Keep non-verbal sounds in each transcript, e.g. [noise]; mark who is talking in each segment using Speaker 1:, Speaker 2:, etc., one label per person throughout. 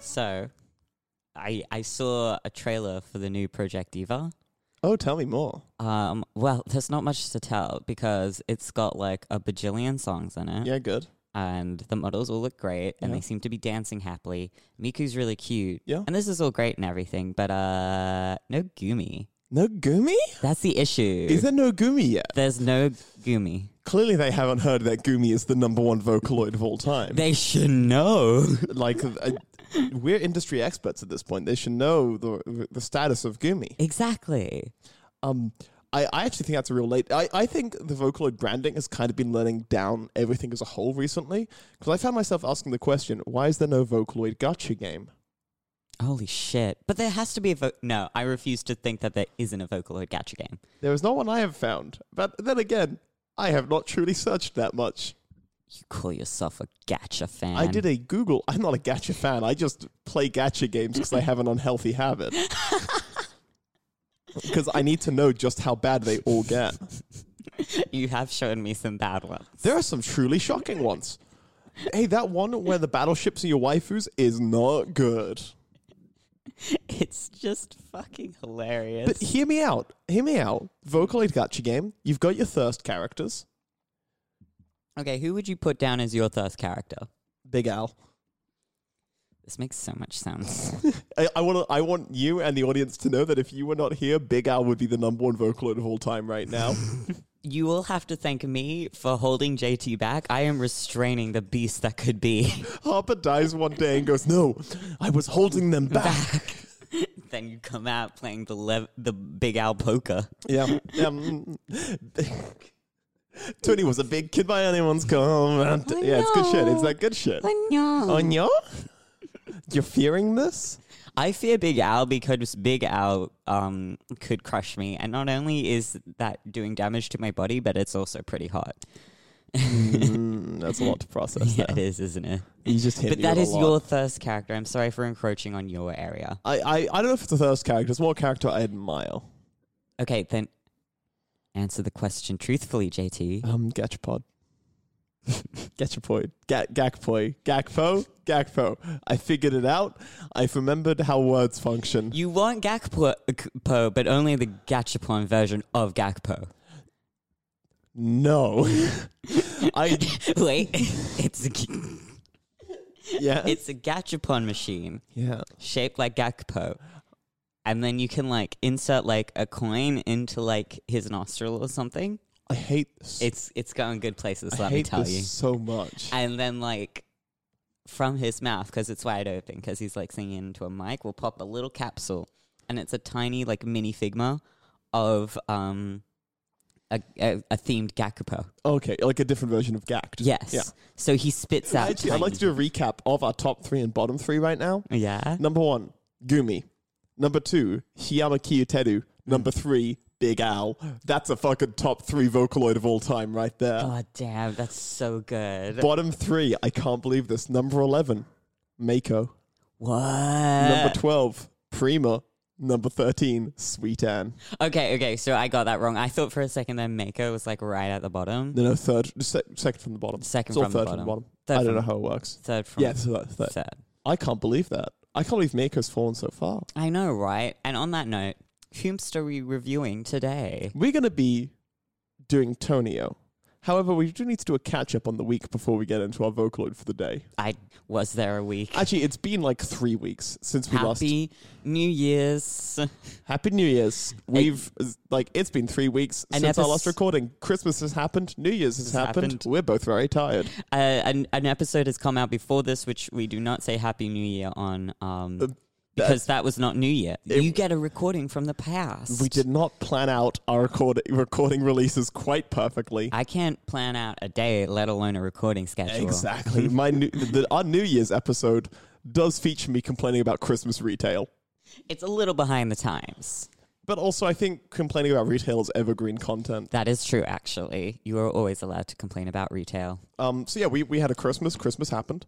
Speaker 1: So, I I saw a trailer for the new Project Eva.
Speaker 2: Oh, tell me more.
Speaker 1: Um, well, there's not much to tell because it's got like a bajillion songs in it,
Speaker 2: Yeah, good.
Speaker 1: and the models all look great, and
Speaker 2: Yeah.
Speaker 1: they seem to be dancing happily. Miku's really cute,
Speaker 2: Yeah.
Speaker 1: and this is all great and everything, but uh, no Gumi.
Speaker 2: No Gumi?
Speaker 1: That's the issue.
Speaker 2: Is there no Gumi yet?
Speaker 1: There's no Gumi.
Speaker 2: Clearly, they haven't heard that Gumi is the number one Vocaloid of all time.
Speaker 1: They should know.
Speaker 2: [laughs]
Speaker 1: [laughs]
Speaker 2: like, uh, we're industry experts at this point. They should know the the status of Gumi.
Speaker 1: exactly.
Speaker 2: Um, I, I actually think that's a real late. I, I think the Vocaloid branding has kind of been letting down everything as a whole recently because I found myself asking the question, why is there no Vocaloid gotcha game?
Speaker 1: Holy shit. But there has to be a vo- No, I refuse to think that there isn't a Vocaloid gacha game.
Speaker 2: There is no one I have found. But then again, I have not truly searched that much.
Speaker 1: You call yourself a gacha fan.
Speaker 2: I did a Google. I'm not a gacha fan. I just play gacha games because I have an unhealthy habit. Because I need to know just how bad they all get.
Speaker 1: [laughs] You have shown me some bad ones.
Speaker 2: There are some truly shocking ones. Hey, that one where the battleships are your waifus is not good.
Speaker 1: It's just fucking hilarious.
Speaker 2: But hear me out. Hear me out. Vocaloid gacha game. You've got your thirst characters.
Speaker 1: okay, who would you put down as your thirst character?
Speaker 2: Big Al.
Speaker 1: This makes so much sense. [laughs]
Speaker 2: I, I want. I want you and the audience to know that if you were not here, Big Al would be the number one Vocaloid of all time right now.
Speaker 1: you will have to thank me for holding JT back. I am restraining the beast that could be. [laughs]
Speaker 2: Harper dies one day and goes, "No, I was holding them back."
Speaker 1: then you come out playing the lev- the big owl poker.
Speaker 2: yeah.
Speaker 1: [laughs]
Speaker 2: Um, Tony was a big kid by anyone's comment. yeah, it's good shit. It's that good shit. Anya, you're fearing this?
Speaker 1: I fear Big Al because Big Al um, could crush me, and not only is that doing damage to my body, but it's also pretty hot.
Speaker 2: Mm, that's a lot to process.
Speaker 1: [laughs] Yeah,
Speaker 2: there.
Speaker 1: it is, isn't it?
Speaker 2: You just hit
Speaker 1: But
Speaker 2: me
Speaker 1: that
Speaker 2: with
Speaker 1: is
Speaker 2: a lot.
Speaker 1: your thirst character. I'm sorry for encroaching on your area.
Speaker 2: I, I, I don't know if it's a first character. It's more a character I admire.
Speaker 1: Okay, then answer the question truthfully, [laughs] JT.
Speaker 2: Um, Gachapod. [laughs] Gachapod. Ga- Gakpoy. Gakpo. Gakpo. I figured it out. I've remembered how words function.
Speaker 1: You want Gakpo, Gakpo, but only the Gachapon version of Gakpo.
Speaker 2: No. I
Speaker 1: [laughs] Wait, [laughs] it's a, g-
Speaker 2: yeah
Speaker 1: it's a Gachapon machine.
Speaker 2: yeah.
Speaker 1: shaped like Gakpo. And then you can like insert like a coin into like his nostril or something.
Speaker 2: I hate s-
Speaker 1: It's it's going good places,
Speaker 2: I
Speaker 1: let me
Speaker 2: hate
Speaker 1: tell
Speaker 2: this
Speaker 1: you.
Speaker 2: so much.
Speaker 1: And then like from his mouth because it's wide open because he's like singing into a mic. We'll pop a little capsule, and it's a tiny like mini Figma of um a a, a themed Gakpo.
Speaker 2: okay, like a different version of Gak. just-
Speaker 1: Yes.
Speaker 2: Yeah.
Speaker 1: So he spits out.
Speaker 2: Actually, I'd like to do
Speaker 1: tiny-
Speaker 2: a recap of our top three and bottom three right now.
Speaker 1: Yeah.
Speaker 2: Number one, Gumi. Number two, Hiyama Kiyoteru. Number
Speaker 1: Mm.
Speaker 2: three, Big Al. That's a fucking top three Vocaloid of all time right there.
Speaker 1: God Oh, damn, that's so good.
Speaker 2: Bottom three, I can't believe this. Number 11, Mako.
Speaker 1: what? Uh.
Speaker 2: Number 12, Prima. Number 13, Sweet Anne.
Speaker 1: Okay, okay, so I got that wrong. I thought for a second that Mako was like right at the bottom,
Speaker 2: No, no, third, sec- second from the bottom.
Speaker 1: Second
Speaker 2: It's all
Speaker 1: from the
Speaker 2: third
Speaker 1: bottom.
Speaker 2: from the bottom.
Speaker 1: Third
Speaker 2: I don't
Speaker 1: from-
Speaker 2: know how it works.
Speaker 1: third from
Speaker 2: Yeah, third, third.
Speaker 1: third.
Speaker 2: I can't believe that. I can't believe Mako's fallen so far.
Speaker 1: I know, right? And on that note, whomst are we reviewing today?
Speaker 2: We're going to be doing Tonio. However, we do need to do a catch up on the week before we get into our Vocaloid for the day.
Speaker 1: I was there a week.
Speaker 2: Actually, it's been like three weeks since we last.
Speaker 1: Happy New Year's. Uh,
Speaker 2: Happy New Year's. We've like it's been three weeks
Speaker 1: An
Speaker 2: since our
Speaker 1: epis-
Speaker 2: last recording. Christmas has happened. New Year's has happened.
Speaker 1: happened.
Speaker 2: We're both very tired.
Speaker 1: Uh, an, an episode has come out before this, which we do not say Happy New Year on,
Speaker 2: Uh,
Speaker 1: um, because that was not New Year. you get a recording from the past.
Speaker 2: We did not plan out our record- recording releases quite perfectly.
Speaker 1: I can't plan out a day, let alone a recording schedule.
Speaker 2: Exactly. My new, the, our New Year's episode does feature me complaining about Christmas retail,
Speaker 1: It's a little behind the times.
Speaker 2: but also I think complaining about retail is evergreen content.
Speaker 1: That is true, actually. You are always allowed to complain about retail.
Speaker 2: Um, so yeah, we, we had a Christmas. Christmas happened.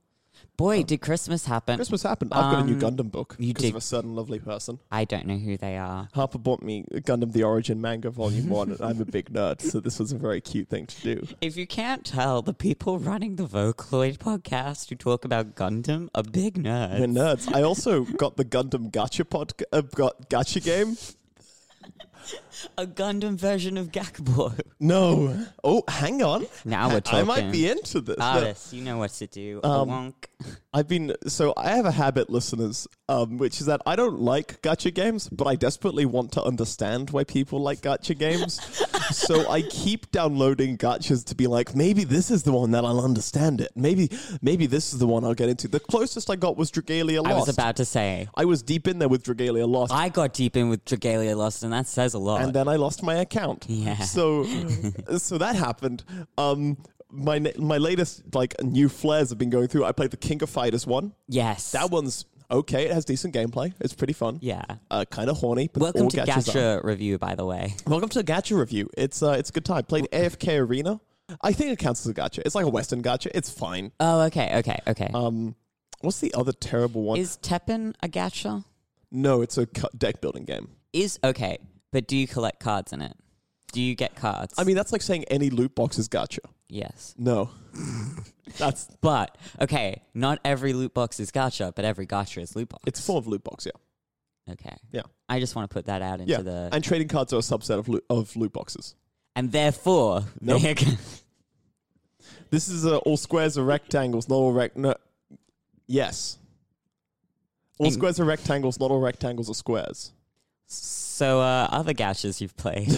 Speaker 1: Boy, did Christmas happen.
Speaker 2: Oh. Christmas happened. I've got a new
Speaker 1: Um,
Speaker 2: Gundam book
Speaker 1: you
Speaker 2: because of
Speaker 1: did-
Speaker 2: a certain lovely person.
Speaker 1: I don't know who they are.
Speaker 2: Harper bought me Gundam the Origin manga volume one, and I'm a big nerd, so this was a very cute thing to do.
Speaker 1: If you can't tell, the people running the Vocaloid podcast who talk about Gundam are big
Speaker 2: We're
Speaker 1: nerds.
Speaker 2: nerds. I also got the Gundam Gacha pod, uh, got Gacha game.
Speaker 1: A Gundam version of Gakbo.
Speaker 2: [laughs] No. Oh, hang on.
Speaker 1: Now we're
Speaker 2: I might
Speaker 1: talking. Ah,
Speaker 2: be Um, into this. No,
Speaker 1: Artists, you know what to do. a wonk.
Speaker 2: I've been so I have a habit, listeners, um, which is that I don't like gacha games, but I desperately want to understand why people like gacha
Speaker 1: [laughs]
Speaker 2: games. so I keep downloading gachas to be like, maybe this is the one that I'll understand it. Maybe maybe this is the one I'll get into. The closest I got was Dragalia Lost.
Speaker 1: I was about to say,
Speaker 2: I was deep in there with Dragalia Lost,
Speaker 1: I got deep in with Dragalia Lost, and that says a lot.
Speaker 2: and uh, then I lost my account.
Speaker 1: Yeah. [laughs]
Speaker 2: So so that happened. Um, my ne- my latest like new flares I've been going through. I played the King of Fighters one.
Speaker 1: yes.
Speaker 2: That one's okay. It has decent gameplay. It's pretty fun.
Speaker 1: yeah.
Speaker 2: Uh, kind of horny, but
Speaker 1: Welcome
Speaker 2: all
Speaker 1: to
Speaker 2: gachas are.
Speaker 1: Gacha Review, by the way.
Speaker 2: Welcome to the gacha review. It's uh, it's a good time. Played AFK Arena. I think it counts as a gacha. It's like a Western gacha. It's fine.
Speaker 1: Oh, okay, okay, okay.
Speaker 2: Um, What's the other terrible one?
Speaker 1: is Teppen a Gacha?
Speaker 2: no, it's a cu- deck building game.
Speaker 1: Is okay, but do you collect cards in it? Do you get cards?
Speaker 2: I mean, that's like saying any loot box is gacha.
Speaker 1: yes. [laughs]
Speaker 2: No, that's
Speaker 1: But okay, not every loot box is gacha, but every gacha is loot box.
Speaker 2: it's a form of loot box. Yeah,
Speaker 1: okay.
Speaker 2: yeah,
Speaker 1: I just want to put that out into
Speaker 2: yeah.
Speaker 1: the and,
Speaker 2: And trading cards are a subset of loot of loot boxes.
Speaker 1: therefore
Speaker 2: Nope.
Speaker 1: they are g-
Speaker 2: This is uh, all squares are rectangles, not all rect. No. Yes. All
Speaker 1: And-
Speaker 2: squares are rectangles, not all rectangles are squares.
Speaker 1: so uh, other gachas you've
Speaker 2: [laughs]
Speaker 1: played.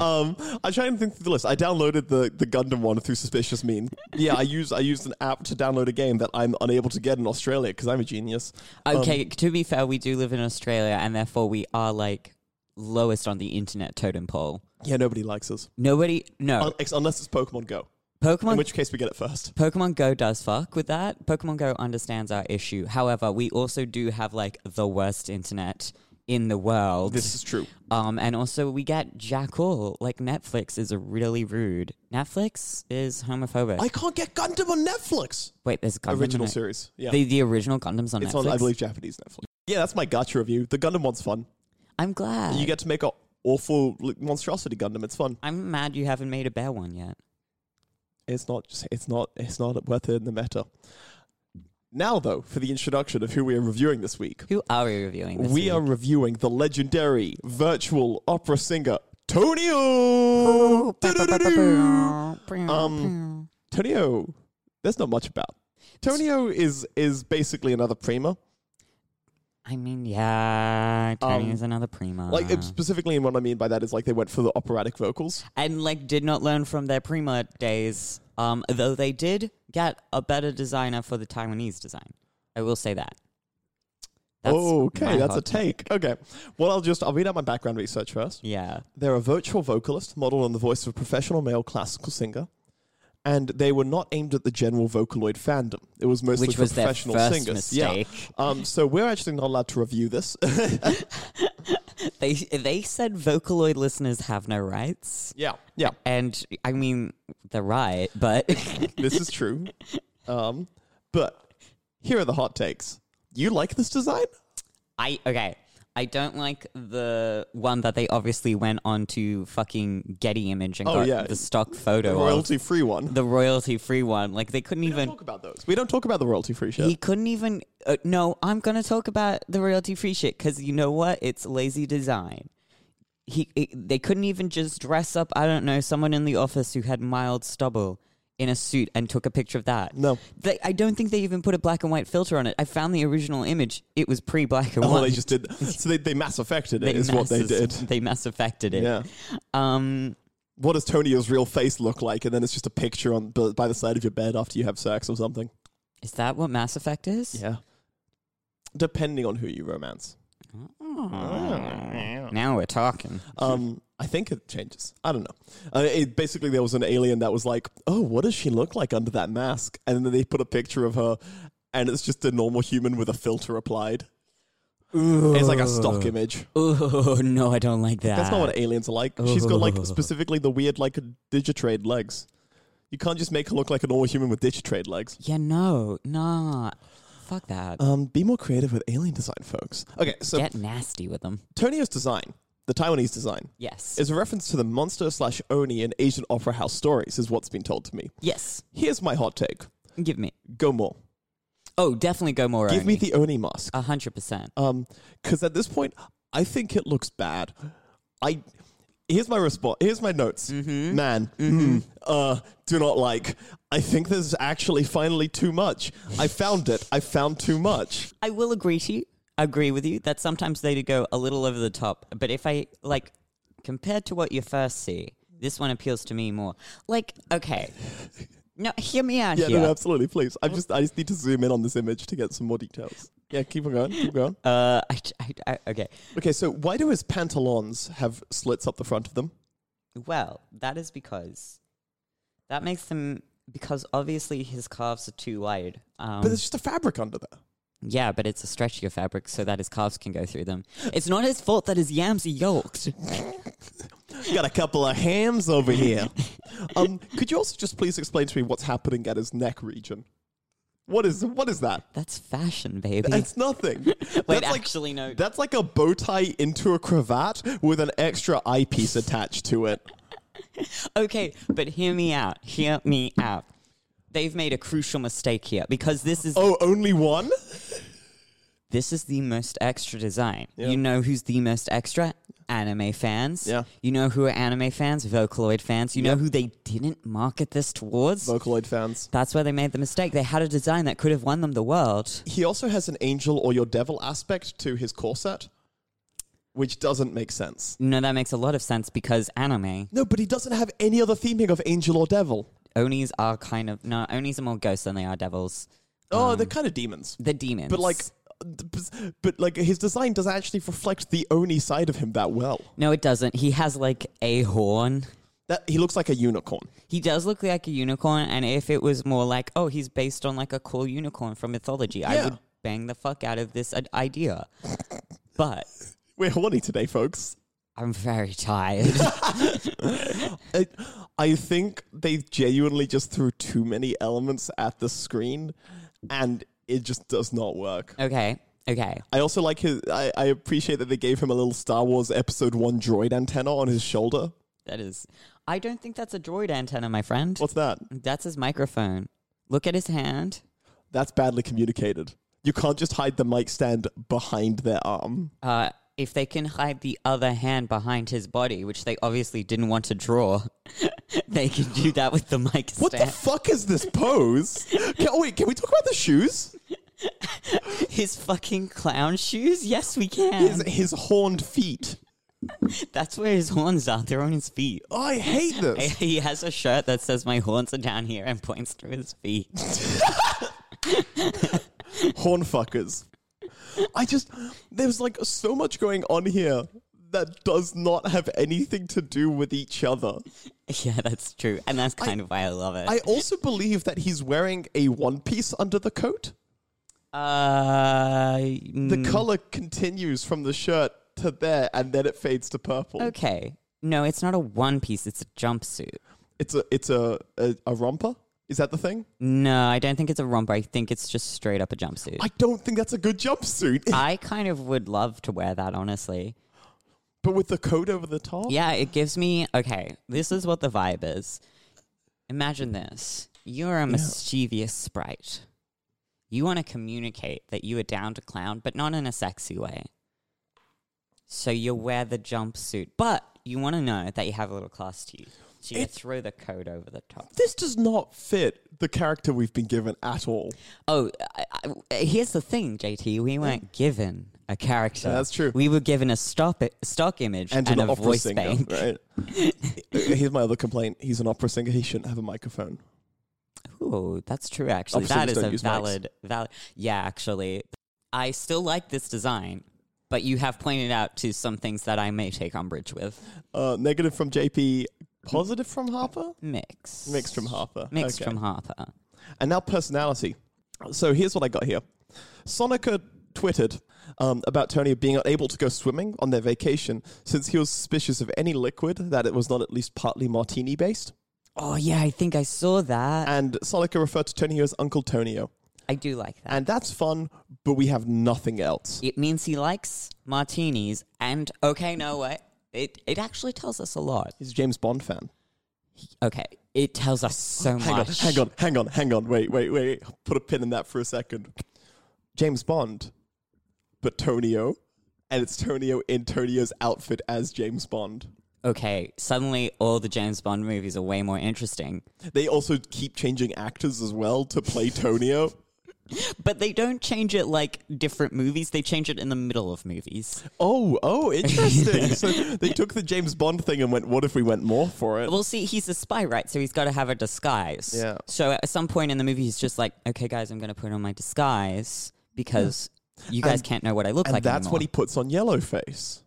Speaker 2: Um, I'm trying to think through the list. I downloaded the, the Gundam one through suspicious mean. Yeah, I used I used an app to download a game that I'm unable to get in Australia because I'm a genius.
Speaker 1: Okay, to be fair, we do live in Australia, and therefore we are like lowest on the internet totem pole.
Speaker 2: Yeah, nobody likes us
Speaker 1: Nobody, no,
Speaker 2: Un- ex- unless it's Pokemon Go, in
Speaker 1: Pokemon.
Speaker 2: which case Uh, we get it first.
Speaker 1: Pokemon Go does fuck with that. Pokemon Go understands our issue. However, we also do have like the worst internet in the world.
Speaker 2: This is true.
Speaker 1: Um, and also we get jack all. Like Netflix is really rude. Netflix is homophobic.
Speaker 2: I can't get Gundam on Netflix.
Speaker 1: Wait, there's Gundam.
Speaker 2: Original
Speaker 1: on it.
Speaker 2: series. Yeah,
Speaker 1: The the original Gundams on
Speaker 2: it's
Speaker 1: Netflix.
Speaker 2: on I believe Japanese Mm. Netflix. Yeah, that's my gacha review. The Gundam one's fun.
Speaker 1: I'm glad.
Speaker 2: You get to make a awful li- monstrosity Gundam. It's fun.
Speaker 1: I'm mad you haven't made a bear one yet.
Speaker 2: It's not. just- It's not. It's not worth it in the meta. Now, though, for the introduction of who we are reviewing this week,
Speaker 1: Who are we reviewing? This
Speaker 2: we
Speaker 1: week?
Speaker 2: are reviewing the legendary virtual opera singer Tonio. Do-do-do-do. Um, Tonio. There's not much about. Tonio is is basically another prima.
Speaker 1: I mean, yeah, Tony is another prima.
Speaker 2: um, Like specifically, and what I mean by that is like they went for the operatic vocals.
Speaker 1: and like did not learn from their prima days. Um, though they did get a better designer for the Taiwanese design. I will say that. That's my
Speaker 2: Oh, okay, that's a
Speaker 1: hot
Speaker 2: take. Okay, well, I'll just I'll read out my background research first.
Speaker 1: Yeah.
Speaker 2: They're a virtual vocalist modeled on the voice of a professional male classical singer, and they were not aimed at the general Vocaloid fandom. It was mostly
Speaker 1: Which
Speaker 2: for
Speaker 1: was their
Speaker 2: professional
Speaker 1: first
Speaker 2: singers.
Speaker 1: mistake.
Speaker 2: Yeah. Um, so we're actually not allowed to review this. [laughs]
Speaker 1: They they said Vocaloid listeners have no rights.
Speaker 2: yeah, yeah,
Speaker 1: And I mean, they're right, but [laughs]
Speaker 2: this is true. Um, but here are the hot takes. You like this design?
Speaker 1: I okay. I don't like the one that they obviously went on to fucking Getty Image and
Speaker 2: Oh,
Speaker 1: got
Speaker 2: yeah.
Speaker 1: the stock photo of
Speaker 2: royalty free one.
Speaker 1: the royalty free one. Like they couldn't
Speaker 2: we don't
Speaker 1: even
Speaker 2: talk about those. We don't talk about the royalty free shit.
Speaker 1: He couldn't even. Uh, no, I'm gonna talk about the royalty free shit because you know what? It's lazy design. he, he- they couldn't even just dress up. I don't know someone in the office who had mild stubble in a suit and took a picture of that.
Speaker 2: No. [laughs]
Speaker 1: they, I don't think they even put a black and white filter on it. I found the original image; it was pre black and
Speaker 2: Oh,
Speaker 1: white.
Speaker 2: they just did. So they, they mass affected it,
Speaker 1: They
Speaker 2: is what they
Speaker 1: mass-
Speaker 2: did.
Speaker 1: They mass affected it.
Speaker 2: Yeah.
Speaker 1: Um,
Speaker 2: What does Tonio's real face look like? And then it's just a picture on b- by the side of your bed after you have sex or something.
Speaker 1: is that what Mass Effect is?
Speaker 2: Yeah. Depending on who you romance.
Speaker 1: Now we're talking.
Speaker 2: Um, I think it changes. I don't know. Uh, it, basically, there was an alien that was like, "Oh, what does she look like under that mask?" And then they put a picture of her, and it's just a normal human with a filter applied. It's like a stock image.
Speaker 1: Oh no, I don't like that.
Speaker 2: That's not what aliens are like. She's got like specifically the weird like digitrade legs. You can't just make her look like a normal human with digitrade legs.
Speaker 1: Yeah, no, nah. Fuck that.
Speaker 2: Um, be more creative with alien design, folks. Okay, so
Speaker 1: Get nasty with them.
Speaker 2: Tonio's design, the Taiwanese design,
Speaker 1: Yes.
Speaker 2: is a reference to the monster slash oni in Asian opera house stories, is what's been told to me.
Speaker 1: yes.
Speaker 2: Here's my hot take.
Speaker 1: Give me.
Speaker 2: Go more.
Speaker 1: Oh, definitely go more.
Speaker 2: Give me the Oni mask.
Speaker 1: a hundred percent.
Speaker 2: Um, because at this point, I think it looks bad. I here's my response. Here's my notes. Man, mm, uh, do not like. I think this is actually finally too much. I found it. I found too much.
Speaker 1: I will agree to you. Agree with you that sometimes they do go a little over the top, but if I like compared to what you first see, this one appeals to me more. Like, okay, no, hear me out
Speaker 2: Yeah,
Speaker 1: here.
Speaker 2: no, absolutely. Please, I just I just need to zoom in on this image to get some more details. Yeah, keep on going. Keep going.
Speaker 1: Uh, I, I, I, okay.
Speaker 2: Okay, so why do his pantalons have slits up the front of them?
Speaker 1: Well, that is because that makes them because obviously his calves are too wide. Um,
Speaker 2: But there's just a fabric under there.
Speaker 1: yeah, but it's a stretchier fabric so that his calves can go through them. It's not his fault that his yams are yolked.
Speaker 2: [laughs] Got a couple of hams over here. [laughs] Um, could you also just please explain to me what's happening at his neck region? What is what is that?
Speaker 1: That's fashion, baby.
Speaker 2: That's nothing. [laughs] Wait, that's
Speaker 1: actually, no.
Speaker 2: That's like a bow tie into a cravat with an extra eyepiece attached to [laughs] it.
Speaker 1: Okay, but hear me out. Hear me out. They've made a crucial mistake here because this is
Speaker 2: Oh, only one?
Speaker 1: this is the most extra design.
Speaker 2: Yeah.
Speaker 1: You know who's the most extra? Anime fans.
Speaker 2: Yeah.
Speaker 1: You know who are anime fans? Vocaloid fans. You
Speaker 2: Yep.
Speaker 1: know who they didn't market this towards?
Speaker 2: Vocaloid fans.
Speaker 1: That's where they made the mistake. They had a design that could have won them the world.
Speaker 2: He also has an angel or your devil aspect to his corset, which doesn't make sense.
Speaker 1: No, that makes a lot of sense because anime
Speaker 2: No, but he doesn't have any other theming of angel or devil.
Speaker 1: Onis are kind of no Onis are more ghosts than they are devils.
Speaker 2: Oh, they're kind of demons.
Speaker 1: They're demons.
Speaker 2: But like, but like his design doesn't actually reflect the Oni side of him that well.
Speaker 1: no, it doesn't. He has like a horn.
Speaker 2: That he looks like a unicorn. [laughs]
Speaker 1: He does look like a unicorn, and if it was more like, oh, he's based on like a cool unicorn from mythology, I
Speaker 2: Yeah.
Speaker 1: would bang the fuck out of this ad-
Speaker 2: [laughs]
Speaker 1: idea. but
Speaker 2: We're horny today, folks.
Speaker 1: I'm very tired. [laughs]
Speaker 2: I, I think they genuinely just threw too many elements at the screen, and it just does not work.
Speaker 1: okay, okay.
Speaker 2: I also like his. I, I appreciate that they gave him a little Star Wars Episode One droid antenna on his shoulder.
Speaker 1: That is. I don't think that's a droid antenna, my friend.
Speaker 2: What's that?
Speaker 1: That's his microphone. Look at his hand.
Speaker 2: That's badly communicated. You can't just hide the mic stand behind their arm.
Speaker 1: Uh, if they can hide the other hand behind his body, which they obviously didn't want to draw, [laughs] they can do that with the mic stand.
Speaker 2: What the fuck is this pose?
Speaker 1: [laughs]
Speaker 2: Can, oh, wait, can we talk about the shoes?
Speaker 1: his fucking clown shoes? Yes, we
Speaker 2: His,
Speaker 1: can.
Speaker 2: his horned feet.
Speaker 1: That's where his horns are. They're on his feet.
Speaker 2: Oh, I hate this.
Speaker 1: He has a shirt that says "My horns are down here" and points to his feet. [laughs]
Speaker 2: Horn fuckers. I just, there's like so much going on here that does not have anything to do with each other.
Speaker 1: yeah, that's true, and that's kind of why I love it.
Speaker 2: I also believe that he's wearing a one piece under the coat.
Speaker 1: uh,
Speaker 2: The
Speaker 1: mm,
Speaker 2: color continues from the shirt to there and then it fades to purple.
Speaker 1: okay. No, it's not a one piece. It's a jumpsuit.
Speaker 2: It's a, it's a, a, a romper. Is that the thing?
Speaker 1: No, I don't think it's a romper. I think it's just straight up a jumpsuit.
Speaker 2: I don't think that's a good jumpsuit.
Speaker 1: I, kind of would love to wear that, honestly.
Speaker 2: [laughs] but with the coat over the top?
Speaker 1: Yeah, it gives me. Okay, this is what the vibe is. Imagine this you're a mischievous sprite. You want to communicate that you are down to clown, but not in a sexy way. So you wear the jumpsuit, but you want to know that you have a little class to you. So you
Speaker 2: It-
Speaker 1: throw the coat over the top.
Speaker 2: This does not fit the character we've been given at all.
Speaker 1: Oh, I, I, here's the thing, JT. We weren't given a character.
Speaker 2: Yeah, that's true.
Speaker 1: We were given a stop stock image and,
Speaker 2: And, an
Speaker 1: a
Speaker 2: opera
Speaker 1: voice
Speaker 2: singer,
Speaker 1: bank. [laughs]
Speaker 2: right? Uh, Here's my other complaint. He's an opera singer. He shouldn't have a microphone.
Speaker 1: Ooh, that's
Speaker 2: Oh,
Speaker 1: true. Actually,
Speaker 2: Opera
Speaker 1: that
Speaker 2: singers
Speaker 1: is a
Speaker 2: don't use mics.
Speaker 1: valid, valid. Yeah, actually, I still like this design, but you have pointed out to some things that I may take umbrage with.
Speaker 2: Uh, negative from JP, positive from Harper?
Speaker 1: Mix,
Speaker 2: Mixed from Harper.
Speaker 1: mixed
Speaker 2: Okay.
Speaker 1: from Harper.
Speaker 2: And now personality. So here's what I got here. Sonica twittered um, about Tony being unable to go swimming on their vacation since he was suspicious of any liquid that it was not at least partly martini based.
Speaker 1: Oh yeah, I think I saw that.
Speaker 2: And Sonica referred to Tony as Uncle Tonio.
Speaker 1: I do like that.
Speaker 2: And that's fun, but we have nothing else.
Speaker 1: It means he likes martinis, and okay, no way. It it actually tells us a lot.
Speaker 2: He's a James Bond fan.
Speaker 1: Okay, it tells us so
Speaker 2: Hang on,
Speaker 1: much.
Speaker 2: hang on, hang on, hang on. Wait, wait, wait. Put a pin in that for a second. James Bond, but Tonio. And it's Tonio in Tonio's outfit as James Bond.
Speaker 1: Okay, suddenly all the James Bond movies are way more interesting,
Speaker 2: They also keep changing actors as well to play Tonio.
Speaker 1: but they don't change it like different movies. They change it in the middle of movies.
Speaker 2: [laughs] oh, oh, interesting. so [laughs] they took the James Bond thing and went, what if we went more for it?
Speaker 1: Well, see, he's a spy, right? So he's got to have a disguise.
Speaker 2: Yeah.
Speaker 1: So at some point in the movie, he's just like, "Okay, guys, I'm going to put on my disguise because you guys
Speaker 2: And-
Speaker 1: can't know what I look
Speaker 2: and
Speaker 1: like."
Speaker 2: that's what he
Speaker 1: anymore."
Speaker 2: puts on Yellowface.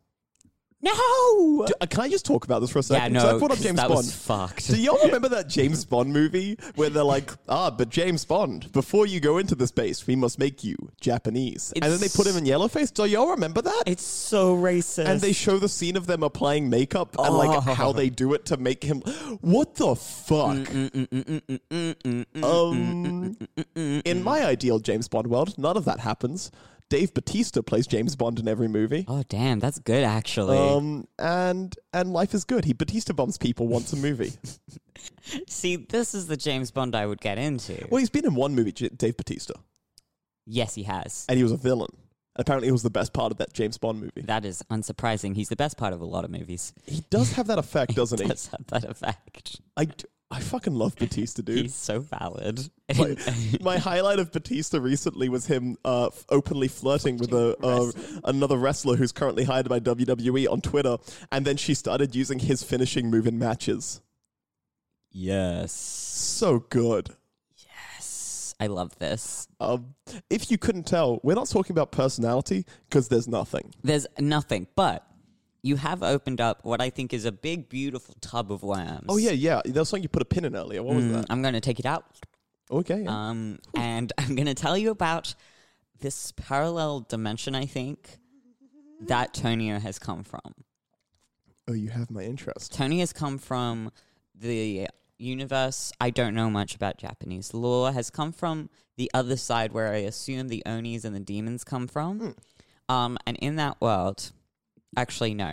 Speaker 1: No.
Speaker 2: D- uh, can I just talk about this for a
Speaker 1: Yeah,
Speaker 2: second? 'Cause I
Speaker 1: no.
Speaker 2: brought up
Speaker 1: 'cause [laughs]
Speaker 2: James
Speaker 1: that
Speaker 2: Bond.
Speaker 1: was fucked.
Speaker 2: Do y'all remember that James Bond movie where they're like, ah, but James Bond, before you go into the space, we must make you Japanese. and then they put him in yellowface. Do y'all remember that?
Speaker 1: It's so racist.
Speaker 2: and they show the scene of them applying makeup and
Speaker 1: Oh.
Speaker 2: like how they do it to make him. What the
Speaker 1: Mm,
Speaker 2: fuck? Um,
Speaker 1: mm,
Speaker 2: in my ideal James Bond world, none of that happens. Dave Batista plays James Bond in every movie.
Speaker 1: oh damn, that's good actually.
Speaker 2: Um, and and life is good. He Batista bombs people once
Speaker 1: [laughs]
Speaker 2: a movie.
Speaker 1: See, this is the James Bond I would get into.
Speaker 2: well, he's been in one movie, J- Dave Batista,
Speaker 1: Yes, he has.
Speaker 2: and he was a villain. Apparently, it was the best part of that James Bond movie.
Speaker 1: That is unsurprising. He's the best part of a lot of movies.
Speaker 2: He
Speaker 1: [laughs]
Speaker 2: does have that effect, doesn't he?
Speaker 1: Does have that effect?
Speaker 2: I, d- I fucking love Batista, dude.
Speaker 1: He's so valid.
Speaker 2: my,
Speaker 1: [laughs]
Speaker 2: my highlight of Batista recently was him uh, f- openly flirting with a uh, another wrestler who's currently hired by WWE on Twitter, and then she started using his finishing move in matches.
Speaker 1: yes.
Speaker 2: So good.
Speaker 1: I love this.
Speaker 2: Um, if you couldn't tell, we're not talking about personality because there's nothing.
Speaker 1: There's nothing, but you have opened up what I think is a big, beautiful tub of worms.
Speaker 2: Oh yeah, yeah. There was something you put a pin in earlier. What was
Speaker 1: Mm,
Speaker 2: that?
Speaker 1: I'm going to take it out.
Speaker 2: Okay. yeah.
Speaker 1: Um, and [laughs] I'm going to tell you about this parallel dimension, I think, that Tonio has come from.
Speaker 2: oh, you have my interest.
Speaker 1: Tony has come from the universe. I don't know much about Japanese lore. Has come from the other side, where I assume the Onis and the demons come from. Um, and in that world, actually, no.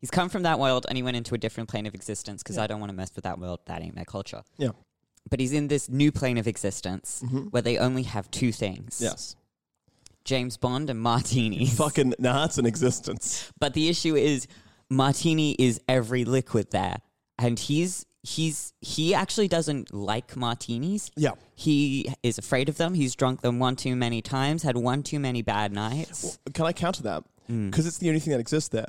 Speaker 1: He's come from that world and he went into a different plane of existence because I don't want to mess with that world. That ain't my culture.
Speaker 2: Yeah.
Speaker 1: But he's in this new plane of existence where they only have two things
Speaker 2: Yes.
Speaker 1: James Bond and
Speaker 2: [laughs]
Speaker 1: martinis.
Speaker 2: Fucking now that's an existence.
Speaker 1: But the issue is martini is every liquid there. And he's he's he actually doesn't like martinis.
Speaker 2: Yeah.
Speaker 1: He is afraid of them. He's drunk them one too many times, had one too many bad nights.
Speaker 2: Can I counter that?
Speaker 1: Mm.
Speaker 2: Because it's the only thing that exists there.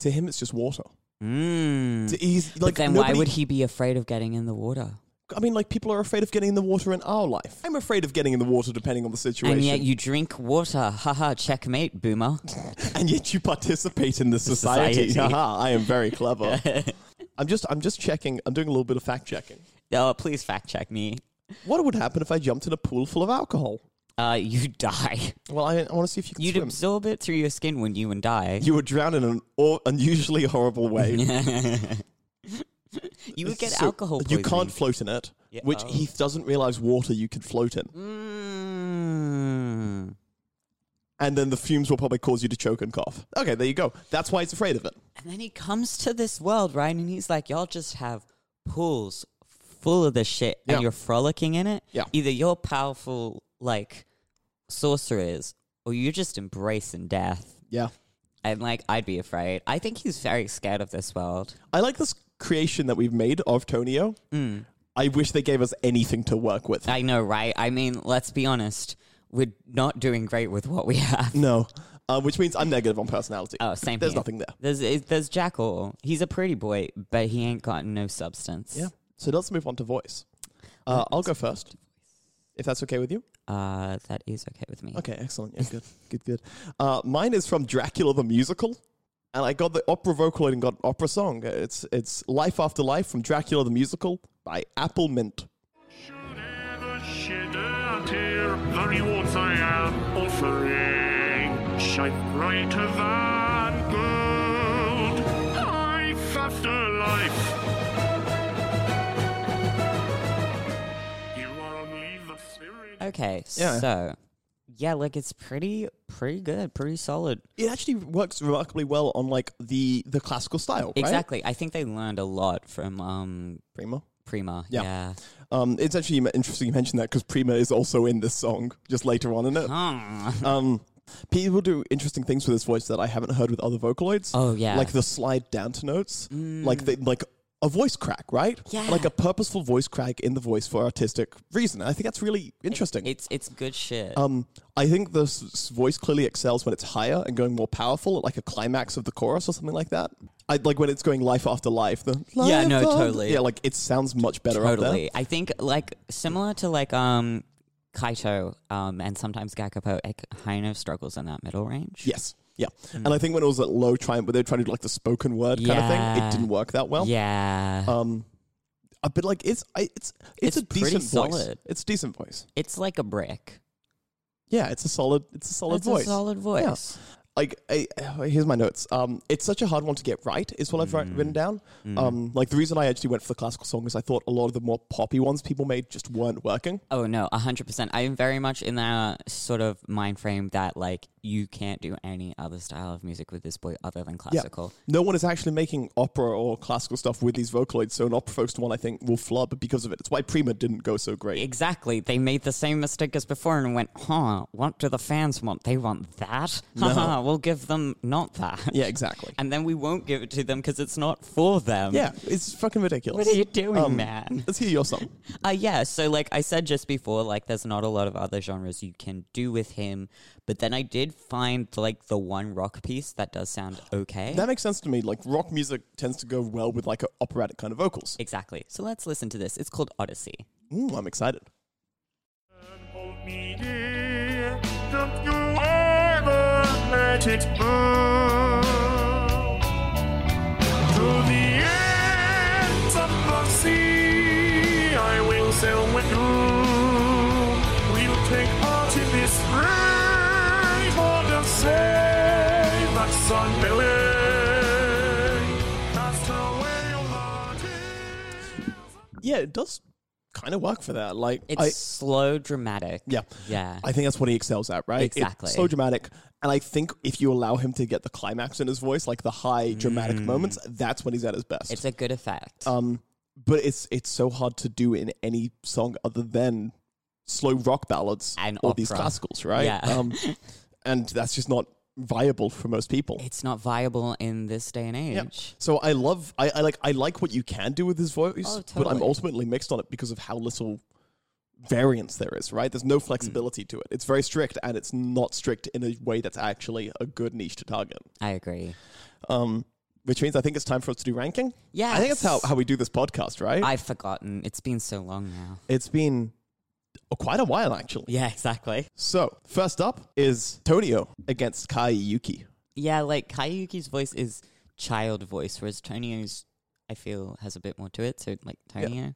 Speaker 2: To him, it's just water.
Speaker 1: Mm.
Speaker 2: To- He's
Speaker 1: but
Speaker 2: like
Speaker 1: then
Speaker 2: nobody
Speaker 1: why would he be afraid of getting in the water?
Speaker 2: I mean, like people are afraid of getting in the water in our life. I'm afraid of getting in the water, depending on the situation.
Speaker 1: And yet you drink water. Haha, checkmate,
Speaker 2: [laughs]
Speaker 1: boomer.
Speaker 2: And yet you participate in the society.
Speaker 1: society.
Speaker 2: [laughs] Haha, I am
Speaker 1: [laughs]
Speaker 2: very clever. I'm just, I'm just checking. I'm doing a little bit of fact checking.
Speaker 1: oh, please fact check me.
Speaker 2: What would happen if I jumped in a pool full of alcohol?
Speaker 1: Uh, you die.
Speaker 2: Well, I, I want to see if you can
Speaker 1: You'd
Speaker 2: swim.
Speaker 1: absorb it through your skin when you and die.
Speaker 2: you would drown in an or unusually horrible way.
Speaker 1: [laughs] You would get
Speaker 2: So
Speaker 1: alcohol
Speaker 2: You
Speaker 1: poisoning.
Speaker 2: can't float in it,
Speaker 1: Yeah,
Speaker 2: which
Speaker 1: oh.
Speaker 2: he doesn't realize water you can float in,
Speaker 1: Mm.
Speaker 2: and then the fumes will probably cause you to choke and cough. Okay, there you go. That's why he's afraid of it.
Speaker 1: And then he comes to this world, right? And he's like, y'all just have pools full of this shit
Speaker 2: Yeah.
Speaker 1: and you're frolicking in it.
Speaker 2: Yeah.
Speaker 1: Either you're powerful, like, sorcerers, or you're just embracing death.
Speaker 2: Yeah.
Speaker 1: And like, I'd be afraid. I think he's very scared of this world.
Speaker 2: I like this creation that we've made of Tonio. I wish they gave us anything to work with.
Speaker 1: I know, right? I mean, let's be honest. We're not doing great with what we have. [laughs]
Speaker 2: no, uh, which means I'm negative on personality.
Speaker 1: Oh, same.
Speaker 2: There's
Speaker 1: here.
Speaker 2: nothing there.
Speaker 1: There's it- there's Jackal. He's a pretty boy, but he ain't got no substance.
Speaker 2: Yeah. So let's move on to voice. Uh, I'll go first, if that's okay with you.
Speaker 1: Uh, that is okay with me.
Speaker 2: Okay, excellent. Yeah, good, [laughs] good, good. Uh, mine is from Dracula the musical, and I got the opera Vocaloid and got an opera song. It's it's Life After Life from Dracula the musical by Apple Mint.
Speaker 3: Should shed a tear, the rewards I am offering shine brighter than gold. Life after life. You are only the spirit.
Speaker 1: Okay.
Speaker 2: Yeah.
Speaker 1: So, yeah, like it's pretty pretty good, pretty solid.
Speaker 2: It actually works remarkably well on like the the classical style. right?
Speaker 1: Exactly. I think they learned a lot from um
Speaker 2: Primo.
Speaker 1: Prima.
Speaker 2: Yeah.
Speaker 1: Yeah.
Speaker 2: Um, it's actually m- interesting you mentioned that because Prima is also in this song just later on in it.
Speaker 1: Hmm.
Speaker 2: Um, people do interesting things with his voice that I haven't heard with other Vocaloids.
Speaker 1: Oh, yeah. Mm.
Speaker 2: like the slide down to notes, like the, like a voice crack, right?
Speaker 1: Yeah.
Speaker 2: like a purposeful voice crack in the voice for artistic reason. I think that's really interesting.
Speaker 1: It's it's good shit.
Speaker 2: um, I think the s- s- voice clearly excels when it's higher and going more powerful, at like a climax of the chorus or something like that. I like when it's going life after life. The
Speaker 1: Yeah,
Speaker 2: life
Speaker 1: no,
Speaker 2: after-
Speaker 1: totally.
Speaker 2: Yeah, like it sounds much better. up there.
Speaker 1: totally. I think like similar to like um Kaito um and sometimes Gakupo, Ek- Haino struggles in that middle range.
Speaker 2: Yes. Yeah.
Speaker 1: Hmm.
Speaker 2: And I think when it was at low triumph, where they were trying to do like the spoken word kind of thing,
Speaker 1: Yeah.
Speaker 2: it didn't work that well.
Speaker 1: Yeah.
Speaker 2: Um, uh, but like it's I, it's,
Speaker 1: It's
Speaker 2: it's a
Speaker 1: pretty
Speaker 2: decent voice.
Speaker 1: solid.
Speaker 2: It's a decent voice.
Speaker 1: it's like a brick.
Speaker 2: Yeah, it's a solid. It's a solid
Speaker 1: It's
Speaker 2: voice.
Speaker 1: a solid voice.
Speaker 2: like I, [sighs] uh, here's my notes. Um, it's such a hard one to get right. Is what I've write- written
Speaker 1: Hmm.
Speaker 2: down.
Speaker 1: Mm.
Speaker 2: Um, like the reason I actually went for the classical song is I thought a lot of the more poppy ones people made just weren't working.
Speaker 1: Oh no, hundred percent. I am very much in that sort of mind frame that like you can't do any other style of music with this boy other than classical.
Speaker 2: No one is actually making opera or classical stuff with these vocaloids, so an opera focused one I think will flub because of it. It's why Prima didn't go so great.
Speaker 1: Exactly. They made the same mistake as before and went, huh, what do the fans want? They want that? Haha, we'll give them not that.
Speaker 2: Yeah, exactly.
Speaker 1: And then we won't give it to them because it's not for them.
Speaker 2: Yeah, it's fucking ridiculous. Um,
Speaker 1: What are you doing, man?
Speaker 2: Let's hear your song.
Speaker 1: [laughs] Uh, yeah, so like I said just before, like there's not a lot of other genres you can do with him, but then I did find like the one rock piece that does sound okay.
Speaker 2: That makes sense to me. Like rock music tends to go well with like a operatic kind of vocals.
Speaker 1: Exactly. So let's listen to this. It's called Odyssey.
Speaker 2: Ooh, I'm excited.
Speaker 3: Hold me dear, don't you ever let it burn. To the ends of the sea, I will sail with you. We'll take part in this brave order, save that sun below. Cast away all the tears.
Speaker 2: Yeah, it does kind of work for that. Like,
Speaker 1: It's
Speaker 2: I,
Speaker 1: slow, dramatic.
Speaker 2: yeah,
Speaker 1: Yeah.
Speaker 2: I think that's what he excels at, right? It's
Speaker 1: Exactly.
Speaker 2: so dramatic, and I think if you allow him to get the climax in his voice, like the high dramatic moments, that's when he's at his best.
Speaker 1: Mm. it's a good effect.
Speaker 2: um, but it's it's so hard to do in any song other than slow rock ballads
Speaker 1: And
Speaker 2: or these
Speaker 1: opera.
Speaker 2: classicals, right?
Speaker 1: Yeah.
Speaker 2: Um, and that's just not viable for most people.
Speaker 1: it's not viable in this day and age.
Speaker 2: Yeah. So I love I, I like I like what you can do with his voice,
Speaker 1: Oh,
Speaker 2: but I'm
Speaker 1: totally.
Speaker 2: ultimately mixed on it because of how little variance there is, right? There's no
Speaker 1: Mm.
Speaker 2: flexibility to it. It's very strict and it's not strict in a way that's actually a good niche to target.
Speaker 1: I agree.
Speaker 2: Um which means I think it's time for us to do ranking. I think that's how,
Speaker 1: Yes.
Speaker 2: how we do this podcast, right?
Speaker 1: I've forgotten. It's been so long now.
Speaker 2: it's been quite a while actually.
Speaker 1: Yeah, exactly.
Speaker 2: So first up is Tonio against Kai Yuki.
Speaker 1: Yeah, like Kaiyuki's voice is child voice, whereas Tonio's, I feel, has a bit more to it. So, like, Tonio.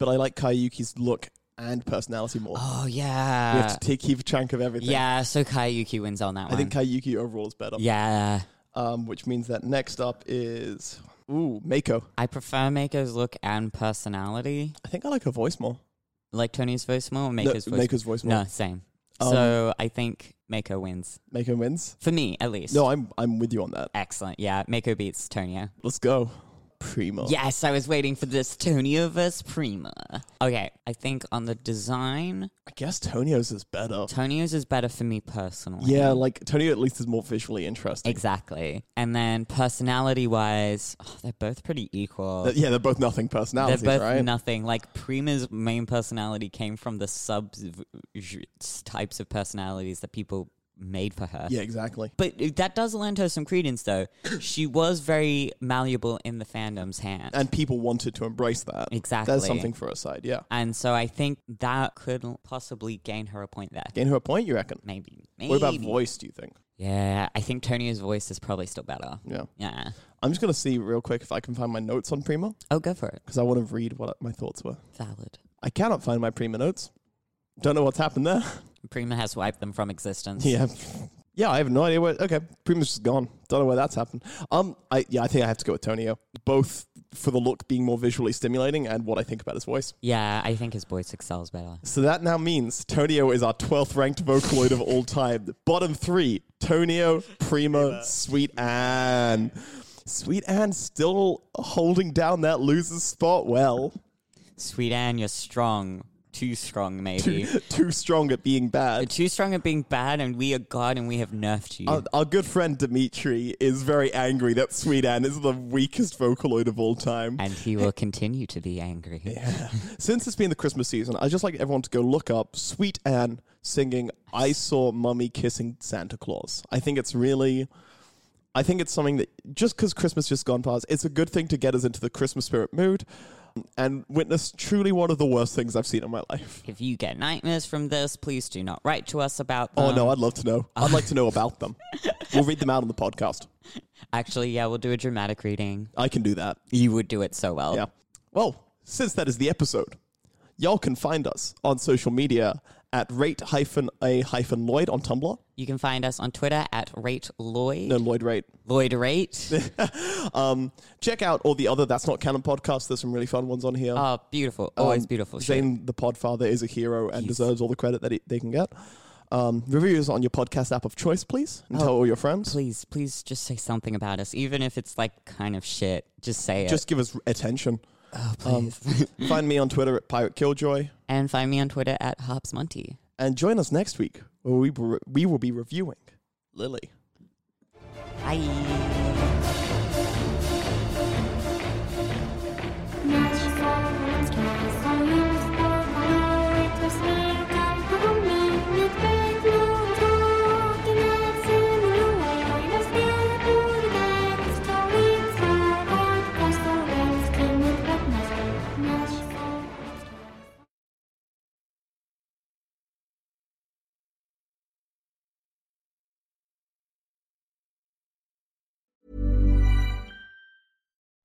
Speaker 2: But I like Kai Yuki's look and personality more.
Speaker 1: Oh,
Speaker 2: we have
Speaker 1: yeah.
Speaker 2: to take keep track of everything.
Speaker 1: Yeah, so Kaiyuki wins on that
Speaker 2: I
Speaker 1: one.
Speaker 2: think Kai Yuki overall is better.
Speaker 1: yeah.
Speaker 2: um, which means that next up is ooh Mako.
Speaker 1: I prefer Mako's look and personality.
Speaker 2: I think I like her voice more.
Speaker 1: Like Tony's voice more, or Mako's voice
Speaker 2: Mako's voice more.
Speaker 1: No, same.
Speaker 2: Um,
Speaker 1: so I think Mako wins
Speaker 2: Mako wins.
Speaker 1: for me, at least.
Speaker 2: No, I'm I'm with you on that.
Speaker 1: excellent. Yeah, Mako beats Tonio.
Speaker 2: Let's go. Prima.
Speaker 1: Yes, I was waiting for this Tonioverse Prima. Okay, I think on the design,
Speaker 2: I guess Tonio's is better.
Speaker 1: Tonio's is better for me personally.
Speaker 2: Yeah, like Tonio at least is more visually interesting.
Speaker 1: Exactly. And then personality wise, they're both pretty equal.
Speaker 2: Th- Uh, yeah, they're both nothing
Speaker 1: They're
Speaker 2: personalities,
Speaker 1: both
Speaker 2: right?
Speaker 1: nothing. Like Prima's main personality came from the sub types of personalities that people made for her.
Speaker 2: yeah, exactly.
Speaker 1: But that does lend her some credence, though. [coughs] she was very malleable in the fandom's hand.
Speaker 2: And people wanted to embrace that.
Speaker 1: Exactly.
Speaker 2: There's something for a side, yeah.
Speaker 1: And so I think that could l- possibly gain her a point there.
Speaker 2: Gain her a point, you reckon?
Speaker 1: Maybe. Maybe.
Speaker 2: What about voice, do you think?
Speaker 1: Yeah, I think Tonio's voice is probably still better.
Speaker 2: Yeah.
Speaker 1: Yeah.
Speaker 2: I'm just going to see real quick if I can find my notes on Prima,
Speaker 1: Oh, go for it.
Speaker 2: because I want to read what my thoughts were.
Speaker 1: Valid.
Speaker 2: I cannot find my Prima notes. Don't know what's happened there. [laughs]
Speaker 1: Prima has wiped them from existence.
Speaker 2: Yeah. Yeah, I have no idea where. Okay, Prima's just gone. Don't know where that's happened. Um, I yeah, I think I have to go with Tonio, both for the look being more visually stimulating and what I think about his voice.
Speaker 1: Yeah, I think his voice excels better.
Speaker 2: So that now means Tonio is our twelfth ranked Vocaloid of all time. The bottom three: Tonio, Prima, Sweet Anne. Sweet Anne still holding down that loser's spot. Well,
Speaker 1: Sweet Anne, you're strong. Too strong, maybe. [laughs]
Speaker 2: too,
Speaker 1: Too,
Speaker 2: too strong at being bad.
Speaker 1: strong at being bad, and we are God and we have nerfed you.
Speaker 2: Our, our good friend Dimitri is very angry that Sweet Anne is the weakest Vocaloid of all time.
Speaker 1: and he will continue to be angry.
Speaker 2: Since it's been the Christmas season, I'd just like everyone to go look up Sweet Anne singing I Saw Mummy Kissing Santa Claus. I think it's really. I think it's something that just because Christmas just gone past, it's a good thing to get us into the Christmas spirit mood and witness truly one of the worst things I've seen in my life.
Speaker 1: If you get nightmares from this, please do not write to us about them.
Speaker 2: Oh no, I'd love to know. I'd like to know about them. We'll read them out on the podcast.
Speaker 1: Actually, yeah, we'll do a dramatic reading.
Speaker 2: I can do that.
Speaker 1: You would do it so well.
Speaker 2: Yeah. Well, since that is the episode, y'all can find us on social media at rate hyphen a hyphen Lloyd on Tumblr.
Speaker 1: You can find us on Twitter at Rate Lloyd.
Speaker 2: No, Lloyd rate.
Speaker 1: Lloyd
Speaker 2: [laughs]
Speaker 1: Rate.
Speaker 2: Um, check out all the other That's Not Canon podcasts. There's some really fun ones on here.
Speaker 1: oh, beautiful. Always
Speaker 2: Um,
Speaker 1: beautiful. shit.
Speaker 2: Zane the Podfather is a hero and deserves all the credit that he, they can get. Um, reviews on your podcast app of choice, please, and tell all your friends.
Speaker 1: Please, please just say something about us. Even if it's like kind of shit, just say
Speaker 2: Just um, give us attention.
Speaker 1: it. Please.
Speaker 2: Find me on Twitter at Pirate Killjoy,
Speaker 1: and find me on Twitter at Hops Monty.
Speaker 2: and join us next week where we, br- we will be reviewing Lily.
Speaker 1: Bye.
Speaker 4: Thank you